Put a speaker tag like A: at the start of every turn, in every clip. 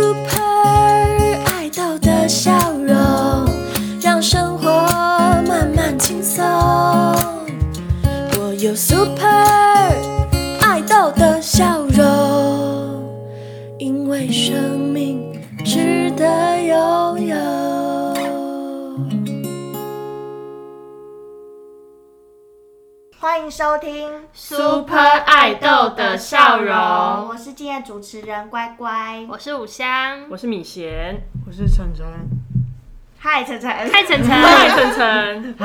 A: Super 爱豆的笑容，让生活慢慢轻松。我有 Super 爱豆的笑容，因为生命值得拥有。
B: 欢迎收听
C: Super 爱豆的笑容
B: 我是今天的主持人乖乖。
C: 我是五香，
D: 我是米贤，
E: 我是晨晨，
B: 嗨，晨晨，
C: 嗨晨晨，
D: 嗨，晨晨，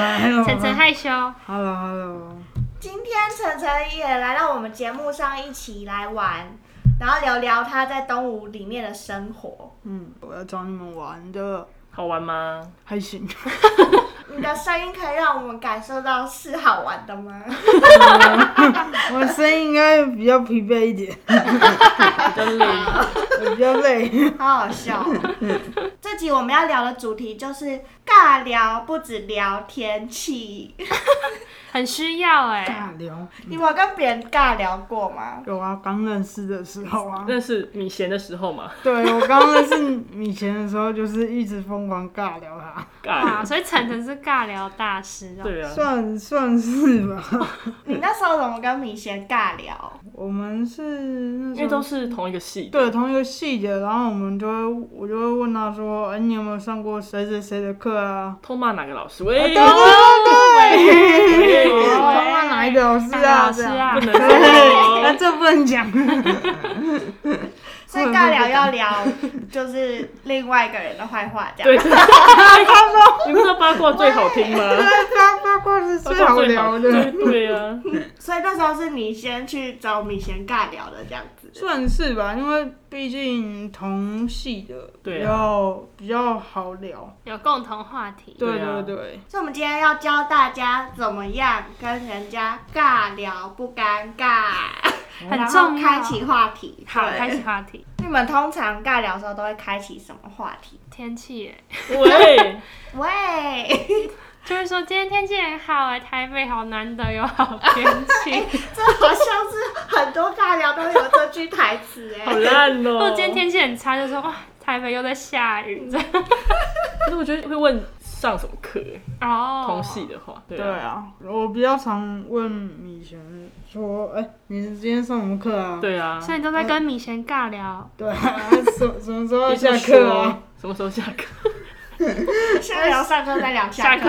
C: 晨晨害羞，
E: ，Hello Hello，
B: 今天晨晨也来到我们节目上一起来玩，然后聊聊他在东吴里面的生活。
E: 嗯，我要找你们玩的，
D: 好玩吗？
E: 还行，
B: 你的声音可以让我们感受到是好玩的 吗？
E: 我声音应该比较疲惫一点，
D: 比较累，
E: 我比较累，
B: 好好笑哦、 这集我们要聊的主题就是尬聊，不止聊天 气。
C: 很需要哎、
E: 尬聊，
B: 你们有跟别人尬聊过吗？
E: 有啊，刚认识的时候啊，
D: 那是米贤的时候嘛，
E: 对我刚认识米贤的时候，就是一直疯狂尬聊他，
C: 哇，啊
D: 尬
C: 所以晨晨是尬聊大师哦、
D: 嗯对啊，
E: 算算是吧，
B: 你那时候怎么跟米贤尬聊？
E: 我们是那
D: 因
E: 时
D: 为
E: 候
D: 都是同一个系，
E: 对，同一个细节，然后我们就会我就会问他说，哎、你有没有上过谁谁谁的课啊？
D: 偷骂哪个老师？喂，
E: 对，
D: 喂
E: 我刚刚哪一个老师
C: 哪个
E: 啊？
C: 老
E: 这
C: 师
E: 样
C: 啊？
D: 不能说
E: 那这不能讲。
B: 所以尬聊要聊就是另外一个人的坏话，这
D: 对，
B: 样。
D: 对你不知道八卦最好听吗？
E: 八八卦是最好聊
D: 八卦最
E: 的，
D: 好对啊，
B: 所以那时候是你先去找米贤尬聊的这样子。
E: 算是吧，因为毕竟同系的
D: 对啊
E: 比较比较好聊。
C: 有共同话题，
E: 对
D: 对啊
E: 对对，
B: 所以我们今天要教大家怎么样跟人家尬聊不尴尬，
C: 很
B: 然后
C: 重要
B: 开启话题。
C: 好，
B: 对
C: 开启。话题，
B: 你们通常尬聊的时候都会开启什么话题？
C: 天气哎、
D: 喂，
B: 喂，
C: 就是说今天天气很好哎、台北好难得有好天气，
B: 这好像是很多尬聊都有这句台词哎、
D: 好烂哦、
C: 如果今天天气很差，就说哇，台北又在下雨， 这样
D: 可是我觉得会问上什么课、
C: 哦，
D: 同系的话，对
E: 对
D: 啊，
E: 啊，我比较常问米璇说：“哎、你是今天上什么课啊？”
D: 对啊，
C: 所以你都在跟米贤尬聊，
E: 对啊，什什么时候 要
D: 一
E: 下课啊？？
D: 什么时候下课？
B: 先聊上课再聊下
C: 下
B: 课。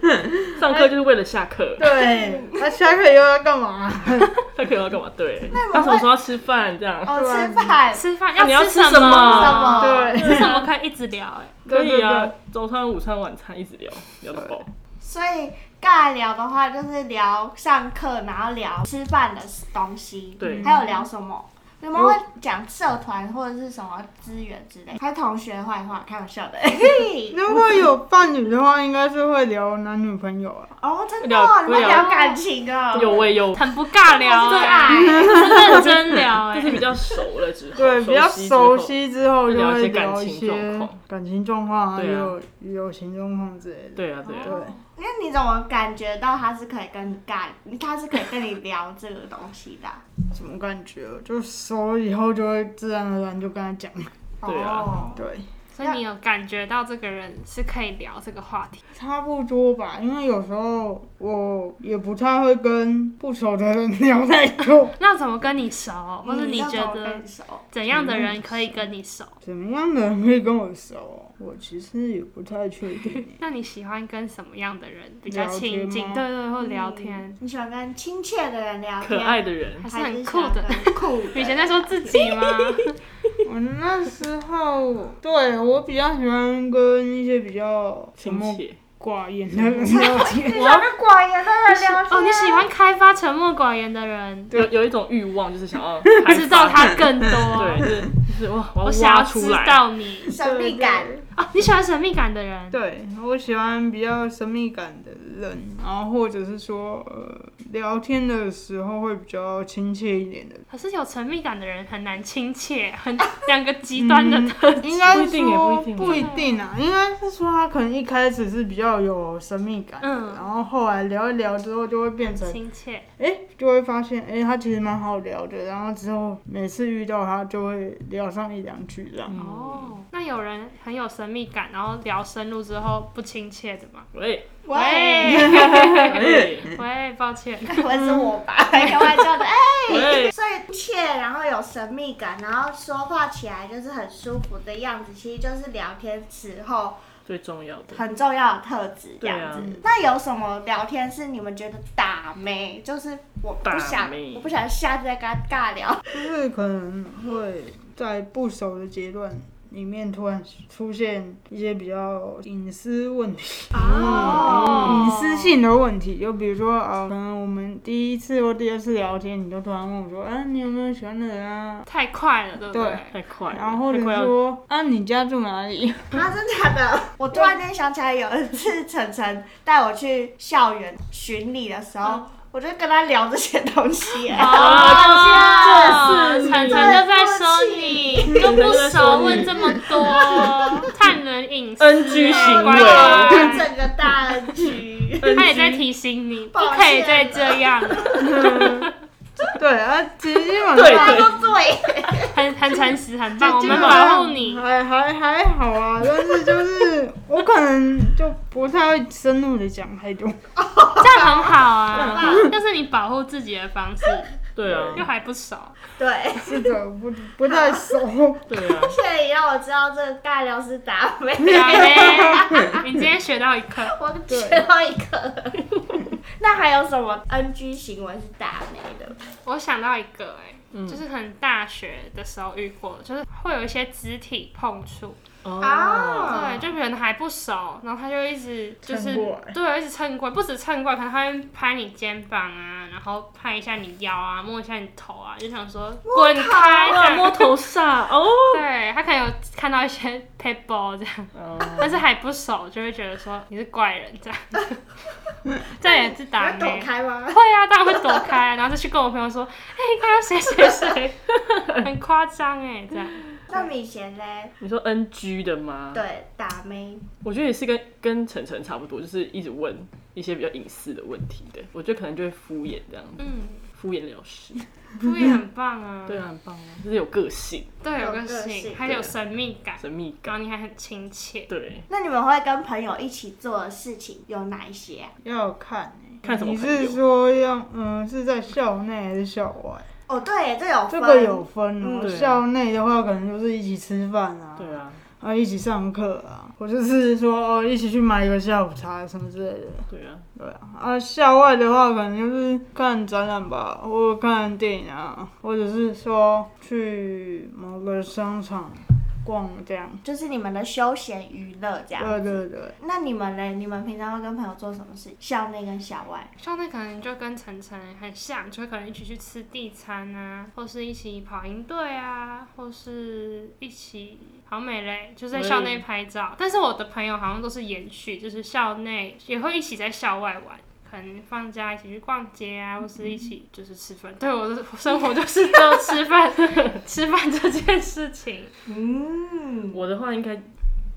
C: 课
D: 上课就是为了下课，
E: 对，那、下课以后要干嘛？
D: 上课要干嘛？对，那什么时候要吃饭？这样
B: 哦，吃饭。
C: 吃饭
D: 那你要
C: 吃
D: 吃什么
C: 么
E: 对
C: 吃什么可以一直聊哎、
D: 可以
E: 对对
D: 啊
E: 对，
D: 早餐、午餐、晚餐一直聊聊到爆。
B: 所以尬聊的话，就是聊上课，然后聊吃饭的东西，
D: 对
B: 还有聊什么？你们会讲社团或者是什么资源之类，还有同学坏话，开玩笑 的。嘿
E: 如果有伴侣的话，应该是会聊男女朋友啊。
B: 哦，真的、哦，
D: 聊
B: 你们聊感情哦。
D: 有喂有，
C: 很不尬 聊
B: 对
C: 哎、
B: 爱，
C: 认真聊 哎、
D: 就是比较熟了之后，
E: 对，比较
D: 之
E: 熟
D: 后。
E: 悉之后
D: 就
E: 就
D: 聊一些
E: 会
D: 感
E: 聊
D: 情
E: 一
D: 状
E: 些
D: 况
E: 感情状况啊，
D: 对啊
E: 友友情状况之类的。
D: 对啊，对啊，
E: 对，
B: 那你怎么感觉到他是可以跟你尬，他是可以跟你聊这个东西的？啊
E: 什么感觉？就熟以后就会自然而然就跟他讲。
D: 对啊
B: 哦，
E: 对，
C: 所以你有感觉到这个人是可以聊这个话题，
E: 差不多吧，因为有时候我也不太会跟不熟的人聊太多。
C: 那怎么跟你熟，或者
B: 嗯
C: 你
B: 要怎
C: 觉
B: 么
C: 得
B: 分手？
C: 怎样的人可以跟你熟？
E: 怎么样的人会跟我熟？我其实也不太确定。
C: 那你喜欢跟什么样的人比较
E: 聊天
C: 亲近？
E: 吗
C: 对对，或聊天，
B: 嗯你喜欢跟亲切的人聊
D: 可
B: 天，
D: 爱的人
C: 还是
B: 还是
C: 很
B: 喜
C: 酷
B: 欢
C: 的。
B: 跟酷的人？
C: 以前在说自己吗？
E: 我那时候，对我比较喜欢跟一些比较沉
D: 亲
E: 默
D: 切，
E: 寡 言的人聊天。
B: 我跟寡言的人聊天。
C: 哦，你喜欢开发沉默寡言的人，
D: 有有一种欲望，就是想要
C: 知道他更
D: 对，
C: 多。
D: 就是就是哇，我
C: 我
D: 要
C: 想
D: 挖
C: 要
D: 出
C: 知
D: 来。
C: 道 你
B: 神秘感，
C: 哦，你喜欢神秘感的人，
E: 对，我喜欢比较神秘感的人，然后或者是说，呃，聊天的时候会比较亲切一点的。
C: 可是有神秘感的人很难亲切，很两个极端的特质。
E: 嗯应该
D: 不
E: 是
D: 一定也
E: 说
D: 不一定
E: 不一定啊，应该是说他可能一开始是比较有神秘感的，
C: 嗯
E: 然后后来聊一聊之后就会变成，
C: 亲切，
E: 哎、就会发现，哎、他其实蛮好聊的，然后之后每次遇到他就会聊上一两句这样。
D: 嗯
C: 哦，那有人很有神秘感，然后聊深入之后不亲切的 吗？
D: 喂，
C: 喂
D: 喂，
C: 喂，抱歉，
B: 不会是我吧？开玩笑 的，哎、
D: 喂
B: 所以切，然后有神秘感，然后说话起来就是很舒服的样子，其实就是聊天时候
D: 最重要的，
B: 很重要的特质这
D: 对啊
B: 样子。那有什么聊天是你们觉得打妹？就是我不
D: 打
B: 想
D: 妹，
B: 我不想下次再跟他尬聊。
E: 就是可能会在不熟的阶段里面突然出现一些比较隐私问题。
D: 啊
C: 哦
E: 隐私性的问题，就比如说啊、呃可能我们第一次或第二次聊天，你就突然问我说，啊，你有没有喜欢的人啊？
C: 太快了，对不
E: 对
D: 太快了，
E: 然后或者
D: 太快要
E: 说，啊，你家住哪里？
B: 啊，真的假的？我突然间想起来，有一次晨晨带我去校园巡礼的时候，
C: 嗯
B: 我就跟他聊这些东西、哎
C: 哦，
D: 这是
C: 晨晨就在说你，都不熟，问这么多，探人隐私
D: NG 行
C: 乖
D: 为
B: 哇
C: 乖
B: 整个大局。
C: 他也在提醒你，不
B: 抱歉
C: 可以再这样了，
E: 对啊，其实基本上
D: 对
B: 他说对，
C: 很很诚实，很棒，我
E: 基本
C: 们
E: 上
C: 保护你。
E: 还还还好啊，但是就是我可能就不太会深入的讲太多。
C: 这样很好啊，就是你保护自己的方式，
D: 对啊，
C: 又还不熟，
B: 对，
E: 是的，不不太熟。
D: 对啊，
B: 所以让我知道这个尬聊是打妹。
C: 小妹，你今天学到一课，
B: 我学到一个。那还有什么 NG 行为是打妹的？
C: 我想到一个、哎、就是可能大学的时候遇过，就是会有一些肢体碰触，
D: 哦，
B: 啊
C: 对，就可能还不熟，然后他就一直就是
E: 蹭过来
C: 对，一直蹭过来，不止蹭过来，可能他会拍你肩膀啊，然后拍一下你腰啊，摸一下你头啊，就想说滚开这
D: 哇，
C: 样，
D: 摸头煞哦，
C: 对他可能有看到一些 people 这样。
D: 哦
C: 但是还不熟，就会觉得说你是怪人这样， 这样也是打
B: 你会躲
C: 妹。
B: 开吗？
C: 会啊，当然会躲开，然后就去跟我朋友说， 哎、你看到谁谁谁，很夸张哎，这样。
B: 那米贤嘞？
D: 你说 NG 的吗？
B: 对，打妹。
D: 我觉得也是跟跟晨晨差不多，就是一直问一些比较隐私的问题的，我觉得可能就会敷衍这样子，
C: 嗯，
D: 敷衍了事。
C: 不也很棒啊。
D: 对啊，很棒啊，就是有个性、
C: 对，有
B: 有
C: 个
B: 个
C: 性，
B: 性
C: 还有神秘感，
D: 神秘
C: 然
D: 感，
C: 后你还很亲切。
D: 对，
B: 那你们会跟朋友一起做的事情有哪一些啊、
E: 要看、欸、
D: 看什么
E: 你
D: 朋
E: 是
D: 友。
E: 说要嗯是在校内还是校外？
B: 哦，对，这有分
E: 这个有分哦、
D: 嗯对啊
E: 校内的话，可能就是一起吃饭啊，
D: 对啊，
E: 然后一起上课啊，或者是说哦一起去买个下午茶什么之类的。
D: 对啊，
E: 对啊，啊校外的话，可能就是看展览吧，或者看电影啊，或者是说去某个商场逛这样。
B: 就是你们的休闲娱乐这样。
E: 对对对，
B: 那你们嘞？你们平常会跟朋友做什么事？校内跟校外？
C: 像那可能就跟晨晨很像，就可能一起去吃地餐啊，或是一起跑营队啊，或是一起好美嘞，就是在校内拍照。但是我的朋友好像都是延续，就是校内也会一起在校外玩。可能放假一起去逛街啊，或是一起就是吃饭。对我的生活就是只有吃饭、 吃饭这件事情。
B: 嗯，
D: 我的话应该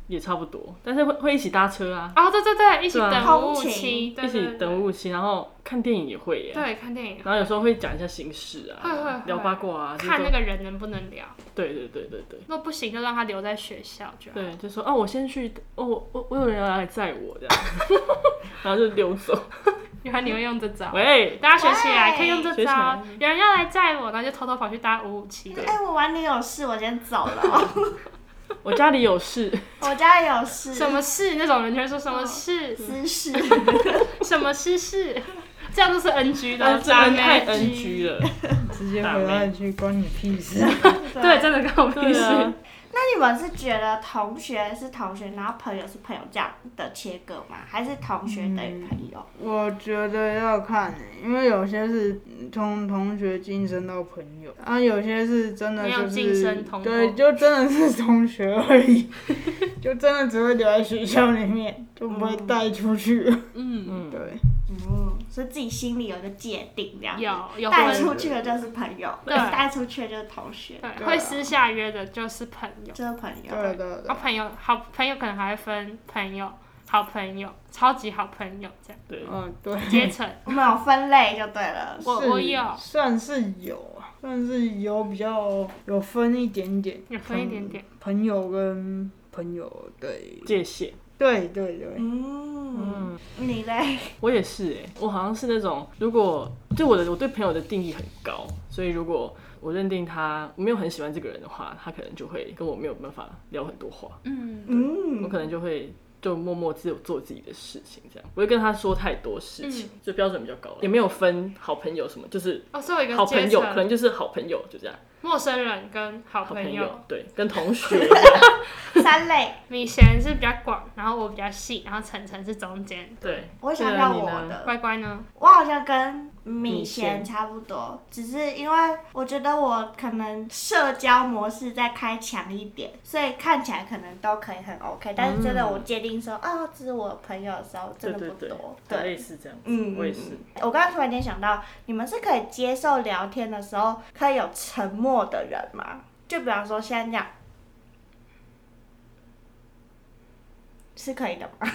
D: 也差不多，但是会会一起搭车啊，
C: 哦，对对对，一起
D: 对啊
C: 等五五
B: 通勤
C: 七，对
D: 一
C: 对
D: 起
C: 对
D: 等五五七，然后看电影也会耶。
C: 对看电影，
D: 然后有时候会讲一下心事
C: 会会
D: 啊，
C: 会
D: 聊八卦啊，
C: 看那
D: 个，
C: 个人能不能聊。
D: 对对对对对。
C: 如果不行，就让他留在学校就好。
D: 对，就说哦，我先去，哦，我我我有人来载我这样， 然后就溜走。
C: 原来你会用这招，
D: 喂，
C: 大家学起来可以用
D: 学
C: 这
D: 起
C: 招
D: 来。
C: 有人要来载我，然后就偷偷跑去搭五五七。
B: 哎、我玩你有事，我先走了哦。
D: 我家里有事，
B: 我家也有事，
C: 什么事？那种人就会说什么事？
B: 私事？
C: 什么事事？这样都是 NG 的，
D: 但哦这个太
C: 搭
D: NG
B: 啊
D: 了。
E: 直接
D: 打
E: 回来
D: 妹
E: 去关你屁事。
C: 对，真的跟我屁
D: 对啊
C: 事。
B: 那你们是觉得同学是同学，然后朋友是朋友这样的切割吗？还是同学等于朋友？
E: 我觉得要看、欸，因为有些是嗯从同学晋升到朋友，啊，有些是真的
C: 没有
E: 就
C: 晋
E: 是
C: 升同
E: 对，
C: 朋
E: 就真的是同学 而已，就真
C: 嗯
E: 的只会留在学校里面，就不会带出去。
D: 嗯，
E: 对，
B: 嗯，所以自己心里有个界定这样子。
C: 有有
B: 带
C: 分
B: 出去的就是朋友，
C: 对
B: 带出去的就是同学，
C: 对，
E: 对啊
C: 会私下约的就是朋友。
B: 就是朋友。
E: 对对
C: 啊，
E: 对，
C: 朋友好朋友可能还会分朋友、好朋友、超级好朋友 这样
D: 对，
E: 嗯对，
C: 阶层。
B: 我们有分类就对了。
C: 我
E: 是
C: 我有
E: 算是有啊，算是有比较有分一点点，
C: 有分一点点
E: 朋友跟朋友，对
D: 界限。
E: 对对对，
B: 嗯，你嘞？
D: 我也是哎、我好像是那种，如果就我的我对朋友的定义很高，所以如果我认定他我没有很喜欢这个人的话，他可能就会跟我没有办法聊很多话，
C: 嗯，
D: 我
B: 嗯，
D: 可能就会就默默自做自己的事情，这样不会跟他说太多事
B: 嗯
D: 情，就标准比较高了，也没有分好朋友什么，就是
C: 哦，所以有一
D: 好
C: 个阶
D: 朋友可能
C: 层，
D: 就是好朋友就这样，
C: 陌生人跟好
D: 好
C: 朋
D: 朋
C: 友
D: 友。对，跟 同学
B: 三类。
C: 米贤是比较广，然后我比较细，然后晨晨是中间。
D: 对，
B: 我想
D: 对啊
B: 到
D: 你
B: 我
D: 呢
B: 的，
C: 乖乖呢？
B: 我好像跟米
D: 米
B: 贤
D: 贤
B: 差不多，只是因为我觉得我可能社交模式再开强一点，所以看起来可能都可以很 OK。但是真的我界定说，哦，这是我朋友的时候，真
D: 嗯对
B: 的
D: 对
B: 不
D: 对
B: 多。，
D: 对类似这样子，
B: 嗯
D: 我也是，
B: 我刚刚突然间想到，你们是可以接受聊天的时候可以有沉默的人吗？就比方说现在这样，是可以的吗？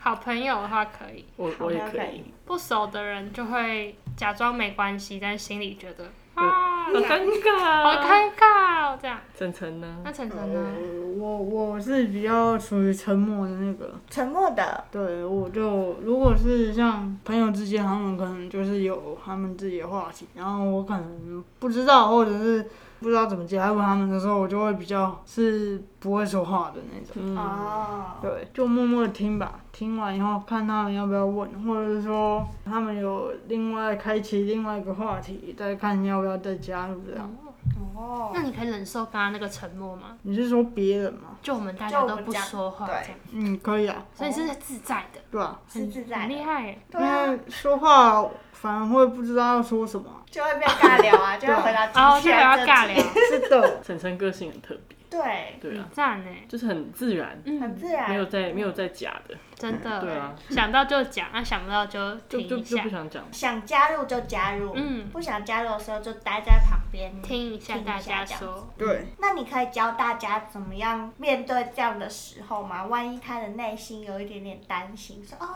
C: 好朋友的话可以，
D: 我
B: 好
D: 我也
B: 像
D: 可
B: 可
D: 以
B: 以，
C: 不熟的人就会假装没关系，但心里觉得
D: 嗯
C: 啊，
D: 好尴尬，
C: 好尴尬哦，这样。
D: 晨晨呢
C: 哦那？晨晨呢？
E: 呃我我是比较属于沉默的那个，
B: 沉默的，
E: 对，我就如果是像朋友之间，他们可能就是有他们自己的话题，然后我可能不知道，或者是不知道怎么接，还问他们的时候，我就会比较是不会说话的那种。
D: 嗯，
B: 哦，
E: 对，就默默的听吧，听完以后看他们要不要问，或者是说他们有另外开启另外一个话题，再看要不要再加入
B: 嗯
E: 这样。
B: 哦
C: 那你可以忍受刚刚那个沉默吗？
E: 你是说别人吗？
C: 就我们大
B: 就
C: 家
B: 我
C: 都
B: 们
C: 不
B: 这样
C: 说话，
B: 对
C: 这样，
E: 嗯，可以啊，
C: 所以是自在的，
E: 对吧、
B: 是自在
C: 很
B: 的
C: 厉，害耶。
B: 对
E: 因
B: 啊，
E: 为说话反而会不知道要说什么 啊。
B: 就会变尬聊啊，就会 回到
C: 然后
B: 之
C: 哦就
B: 前
C: 要
B: 这
C: 尬
B: 集
C: 聊，
E: 是的。
D: 晨晨个性很特别，
B: 对，
D: 对啊，
C: 赞呢，
D: 就是很自然，
B: 很
C: 嗯，
B: 自然，
D: 没有在没有在假的，
C: 真的，
D: 对啊，
C: 想到就讲，啊想不到就
D: 就
C: 停
D: 就
C: 一
D: 就
C: 下
D: 不，想讲。
B: 想加入就加入，
C: 嗯
B: 不想加入的时候就待在旁边
C: 听一下
B: 听一下
C: 大家
B: 这样
C: 说，
E: 对，
B: 那你可以教大家怎么样面对这样的时候吗？万一他的内心有一点点担心，说哦，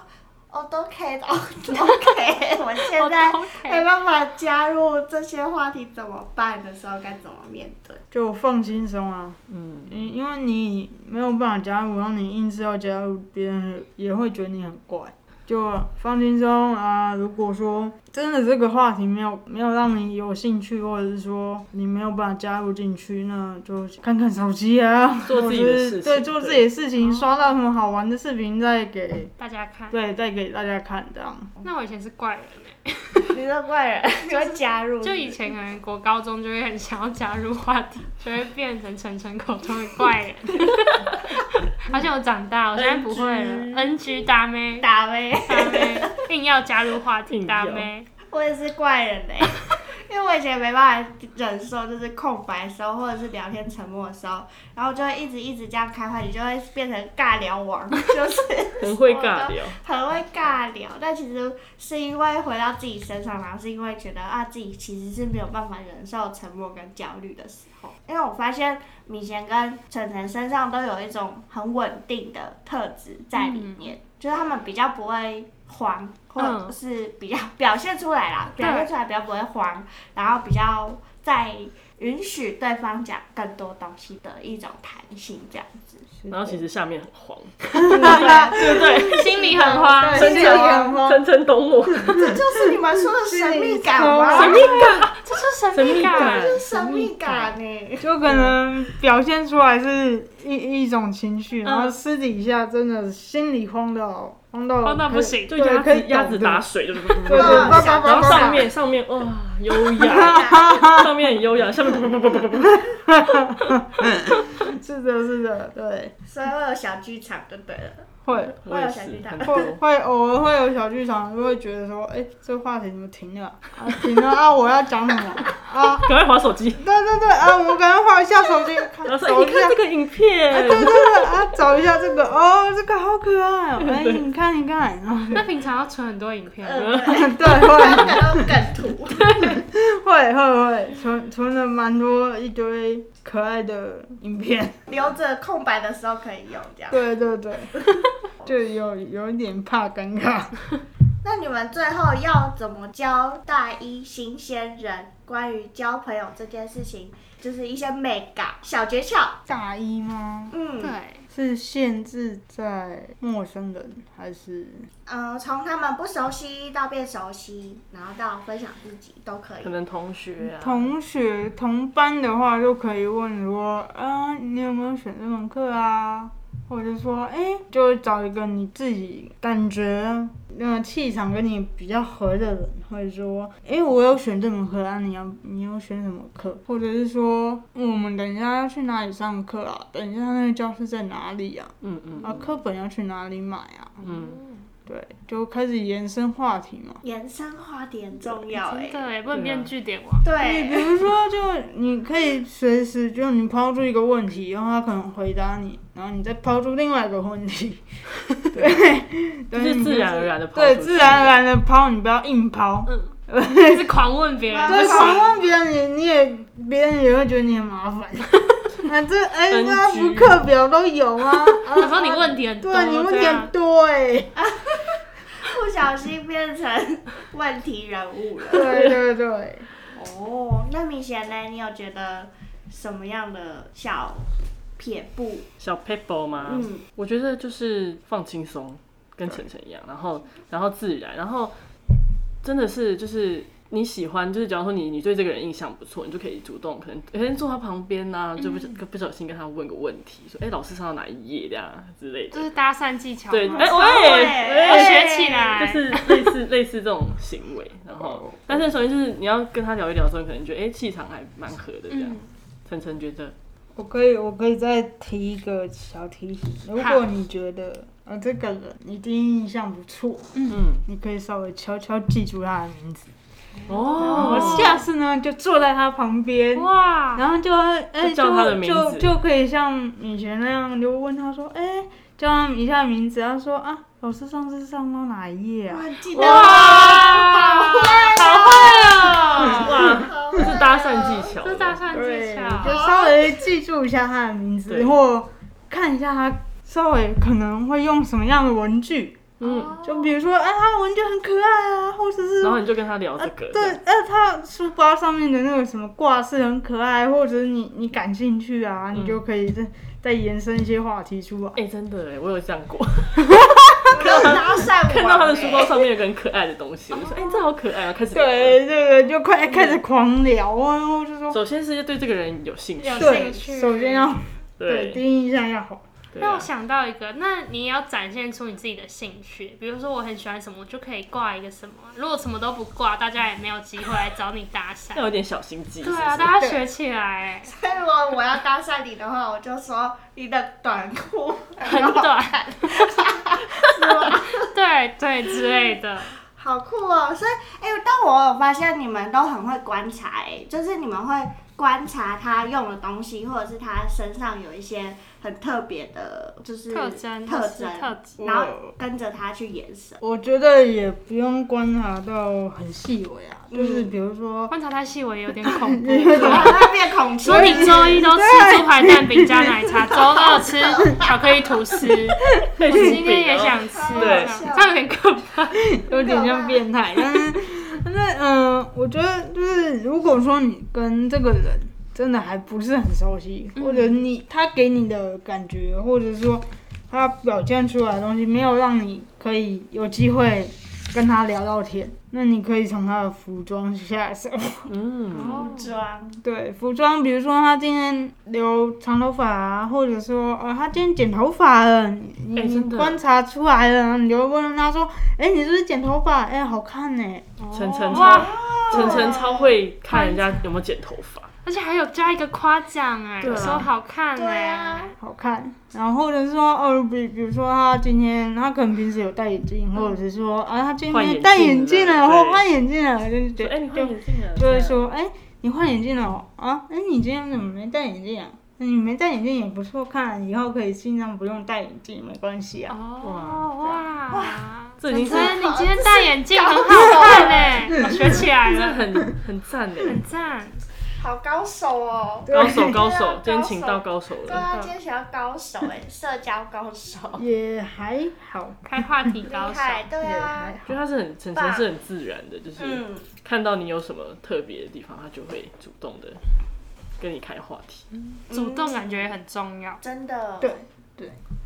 B: 我都可以的，我都可以， 我现
C: 哦
B: 在没办法加入这些话题怎么办的时候该怎么面对？
E: 就放轻松啊，
D: 嗯，
E: 因因为你没有办法加入，然后你硬是要加入，别人也会觉得你很怪。就放轻松啊！如果说真的这个话题没有没有让你有兴趣，或者是说你没有办法加入进去，那就看看手机啊，
D: 做自己的
E: 或者是
D: 事情
E: 对，做自己的事情，刷到什么好玩的视频再给
C: 大家看。
E: 对再给大家看这样。
C: 那我以前是怪人欸
B: 你说怪 人就会加入，
C: 就以前可能国高中就会很想要加入话题，就会变成晨晨口中的怪人。好像我长大，我现在不会了。NG 大妹，大
B: 打呗，
C: 妹硬要加入话题，
D: 硬
C: 大
D: 要
C: 妹
B: 我也是怪人嘞、因为我以前没办法忍受，就是空白的时候，或者是聊天沉默的时候，然后就会一直一直这样开话题，就会变成尬聊王，就是
D: 很会尬哦聊，
B: 很会尬聊，但其实是因为回到自己身上，然后是因为觉得啊，自己其实是没有办法忍受沉默跟焦虑的时候。因为我发现米贤跟晨晨身上都有一种很稳定的特质在里面，就是他们比较不会慌，或者是比较表现出来啦，
C: 对
B: 表现出来比较不会慌，然后比较在允许对方讲更多东西的一种弹性，这样子。
D: 然后其实下面很黄，
B: 对，
C: 心里很慌。
E: 真
B: 是有
E: 的吗？
D: 晨晨懂我，
B: 这就是你们说的神秘感吗？
E: 神
C: 这就是神秘感
D: 神秘感。
B: 神秘感欸呢？
E: 就可能表现出来是一一种情
D: 嗯
E: 绪，然后私底下真的心里慌到慌到
C: 慌到不
E: 可以
C: 行
D: 就
E: 对
D: 鸭
E: 可以
D: 子鸭子
E: 懂
D: 打
E: 的
D: 水，就是
E: 对对，
B: 嗯
E: 叭
D: 然
E: 叭叭
D: 后
E: 叭
D: 上
E: 叭，
D: 面上面哇优雅，上面很优雅，下面
E: 是的，是的，对，
B: 所以会有小剧场就对了。
E: 会
D: 我
B: 我
D: 也是
B: 有想去打
D: 很
E: 会
D: 多。
E: 会偶尔会有小剧场就会觉得说，哎、这话题怎么停了啊？啊停了啊！我要讲什么 啊？
D: 赶快划手机，
E: 对对对啊！我赶快划一下 手机，看
D: 然后说：“哎，
E: 走一
D: 你
E: 下
D: 看这个影片，
E: 对对对啊，找一下这个哦，这个好可爱 哦！哎、你看你看，然后
C: 那平常要存很多影片，
E: 呃
B: 嗯，对，
E: 对会
B: 然后梗图，
E: 会会会存存了蛮多一堆可爱的影片，
B: 留着空白的时候可以用这样。
E: 对对 对，就有有一点怕尴尬。
B: 那你们最后要怎么教大一新鲜人关于交朋友这件事情，就是一些美感小诀窍？
E: 大一吗？
B: 嗯，
C: 对，
E: 是限制在陌生人还是？
B: 嗯，从他们不熟悉到变熟悉，然后到分享自己都可
D: 可
B: 以。
D: 能同学啊，
E: 同学同班的话，就可以问说，啊，你有没有选这门课啊？或者说，哎、就会找一个你自己感觉那个气场跟你比较合的人，或者说，哎、我有选这门课啊，你要你要选什么课？或者是说，我们等一下要去哪里上课啊？等一下那个教室在哪里啊？
D: 嗯嗯
E: 啊，课本要去哪里买啊？
D: 嗯，
E: 对，就开始延伸话题嘛。
B: 延伸话题很重要哎、
C: 真的耶，不能
D: 对啊
C: 变据点王。
B: 对，
E: 比如说，就你可以随时就你抛出一个问题，然后他可能回答你，然后你再抛出另外一个问题，对，
D: 就
E: 对
D: 是
E: 你
D: 自然而然的抛
E: 对
D: 出去
E: 自然而然的抛，你不要硬抛。
C: 嗯，就是狂问别人，
E: 对，狂问别人你，你也别人也会觉得你很麻烦。啊，这哎，
D: NG
E: 那不课表都有啊，啊
C: 有时候你问题很多，啊
E: 对，你问题
C: 这
E: 很
C: 样
E: 多哎，
B: 不小心变成问题人物了。
E: 对对对。
B: 哦，那明显呢？你有觉得什么样的小撇步？
D: 小 paper 吗？
B: 嗯，
D: 我觉得就是放轻松，跟晨晨一样，然后然后自然，然后真的是就是你喜欢，就是假如说你你对这个人印象不错，你就可以主动可能可能坐他旁边呐、
E: 嗯
D: 就不小不小心跟他问个问题，说哎、老师上到哪一页这样啊之类的
C: 就，是搭讪技巧嘛，
D: 对，哎、
B: 会
D: 喂
C: 要
B: 哎
D: 喂。
C: 学起来，
D: 就是类似类似这种行为，然
E: 哦
D: 后，但是首先就是你要跟他聊一聊的时候，你可能觉得哎气、场还蛮合的这样
C: 嗯。
D: 晨晨、觉得
E: 我可以，我可以再提一个小提醒。如
C: 好
E: 果你觉得呃这个人你第一印象不错，
D: 嗯
E: 你可以稍微悄悄记住他的名字。我
D: 哦，
E: 下次呢就坐在他旁边，
C: 哇，
E: 然后就哎、
D: 就叫他的名字
E: 就就就可以像以前那样，就问他说，哎、叫他一下名字，他说啊，老师上次上到哪一页啊？
B: 哇，记得
C: 哇，好会哦，
D: 哇，这是搭讪技巧，
C: 这搭讪技
E: 对，
C: 巧
E: 就，稍微记住一下他的名字，
D: 对
E: 或看一下他稍微可能会用什么样的文具。
D: 嗯，
E: 就比如说，哎、他文具很可爱啊，或者是
D: 然后你就跟他聊这
C: 哦
D: 个，
E: 对，哎、他书包上面的那个什么挂饰很可爱，或者是你你感兴趣
D: 嗯
E: 啊，你就可以再再延伸一些话题出来。
D: 哎、真的哎，我有这样过，
B: 有搭讪啊
D: 看
B: 看
D: 到他的书包，上面有个很可爱的东西，我就说，哎、这好可爱啊，开始聊了。
E: 对对对，就快开始狂聊啊，然后就说，
D: 首先是对这个人有兴趣，
C: 有兴
E: 对，
C: 趣
E: 首先要
D: 对
E: 对第一印象要好。
D: 对
C: 那我
D: 啊，
C: 想到一个，那你也要展现出你自己的兴趣，比如说我很喜欢什么，我就可以挂一个什么。如果什么都不挂，大家也没有机会来找你搭
D: 要
C: 讪。
D: 有点小心机，
C: 对
D: 是
C: 啊，
D: 不是
C: 大家学起来，
B: 所以如果我要搭讪你的话，我就说你的短裤
C: 很 短，对对之类的，
B: 好酷哦！所以，哎、但我有发现你们都很会观察、哎，就是你们会观察他用的东西，或者是他身上有一些很特别的，就是
C: 特征
B: 特
C: 就是
B: 征，
C: 特质
B: 然后跟着他去延 伸。
E: 我觉得也不用观察到很细微啊，就是比如说，
C: 观察太细，我也有点恐怖。
B: 然后会变孔雀
C: 说你周一都吃猪排蛋饼加奶茶，周二吃巧克力吐司，我
D: 配饰
C: 今天
D: 饼
C: 也
D: 啊
C: 想吃，
D: 对
C: 这样这样有点可怕。
E: 有点像变态，但是，那嗯、呃我觉得就是，如果说你跟这个人真的还不是很熟悉，或者你他给你的感觉，或者说他表现出来的东西，没有让你可以有机会跟他聊到天，那你可以从他的服装下手。
D: 嗯，
C: 哦
B: 服装，
E: 对，服装，比如说他今天留长头发啊，或者说哦，他今天剪头发了，你你
D: 哎真的
E: 观察出来了，然后你就问他说，哎、你是不是剪头发？哎、好看呢、
D: 晨晨超
C: 哇，
D: 晨晨超会看人家有没有剪头发，
C: 而且还有加一个夸奖哎，
D: 对啊
C: 说好看
B: 对
C: 哎
B: 啊，
E: 好看。然后或者说哦，比比如说他今天他可能平时有戴眼镜，或者是说啊，他今
D: 换眼镜
E: 天戴眼镜
D: 了
E: 了，或
D: 对
E: 换眼镜了，就是
D: 说哎，你换眼镜了，
E: 就会说，哎、你换眼镜了哦啊？哎、你今天怎么没戴眼镜啊？你没戴眼镜也不错看，以后可以尽量不用戴眼镜，没关系啊。
C: 哦哇哇，
D: 这已经是
C: 晨晨你今天戴眼镜很好看哎，学起来
D: 真的
C: 了，
D: 很很赞的，
C: 很赞。
B: 好高手哦。
D: 高手高
B: 对
D: 手
B: 啊，
D: 今天请到高手
B: 对
D: 了，
B: 啊，今天学到高手哎，社交高手，
E: 也还好，
C: 开话
B: 厉
C: 题高手，
B: 害，对
E: 也
B: 啊
E: 还，
D: 就他是很晨晨是很自然的，就是
B: 嗯，
D: 看到你有什么特别的地方，他就会主动的跟你开话题。
C: 主动感觉也很重要。
B: 真的，
E: 对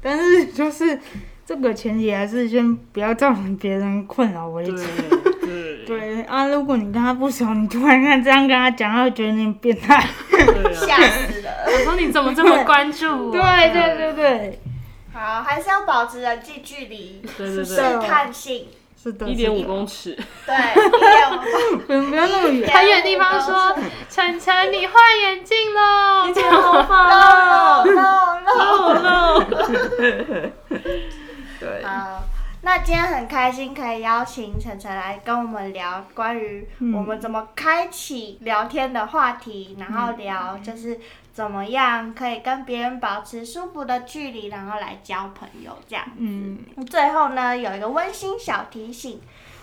E: 但是就是这个前提还是先不要造成别人困扰为主。
D: 对对
E: 对啊，如果你跟他不熟，你突然看这样跟他讲，他会觉得你很变态。
D: 对
B: 吓
D: 啊，
B: 死 了。
C: 我说你怎么这么关注我？
E: 对对对对，
B: 好，还是要保持人际距离，
D: 对对
B: 试
D: 对，
B: 探性，
E: 是的，
D: 一点
E: 是
D: 五
E: 的
D: 公尺，
B: 对， 一点五
E: 不用不要那么远。
C: 很远的地方说，晨晨你换眼镜喽，这样哦
B: 头 发，no no no。
E: 对，
B: 好，那今天很开心可以邀请晨晨来跟我们聊关于我们怎么开启聊天的话题，然后聊就是怎么样可以跟别人保持舒服的距离，然后来交朋友这样。
E: 嗯，
B: 最后呢，有一个温馨小提醒，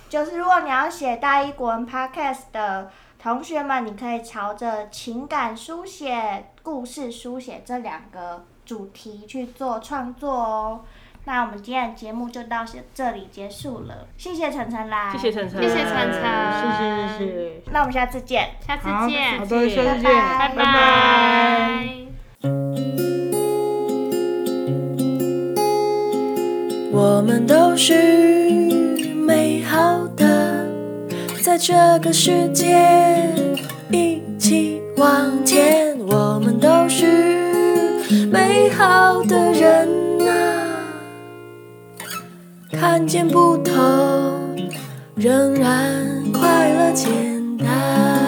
B: 就是如果你要写大一国文 podcast 的同学们，你可以朝着情感书写、故事书写这两个主题去做创作哦。那我们今天的节目就到这里结束了，谢谢晨晨来，
D: 谢谢。晨晨，
C: 谢谢晨
E: 谢谢
C: 晨，
E: 谢，谢。
B: 那我们下次见。
C: 下次
E: 好，
C: 见
E: 好，的，下次见，
B: 拜
C: 拜
E: 拜拜
C: 拜。
A: 我们都是美好的，在这个世界一起往前。我们都是美好的人呐、看见不同，仍然快乐简单。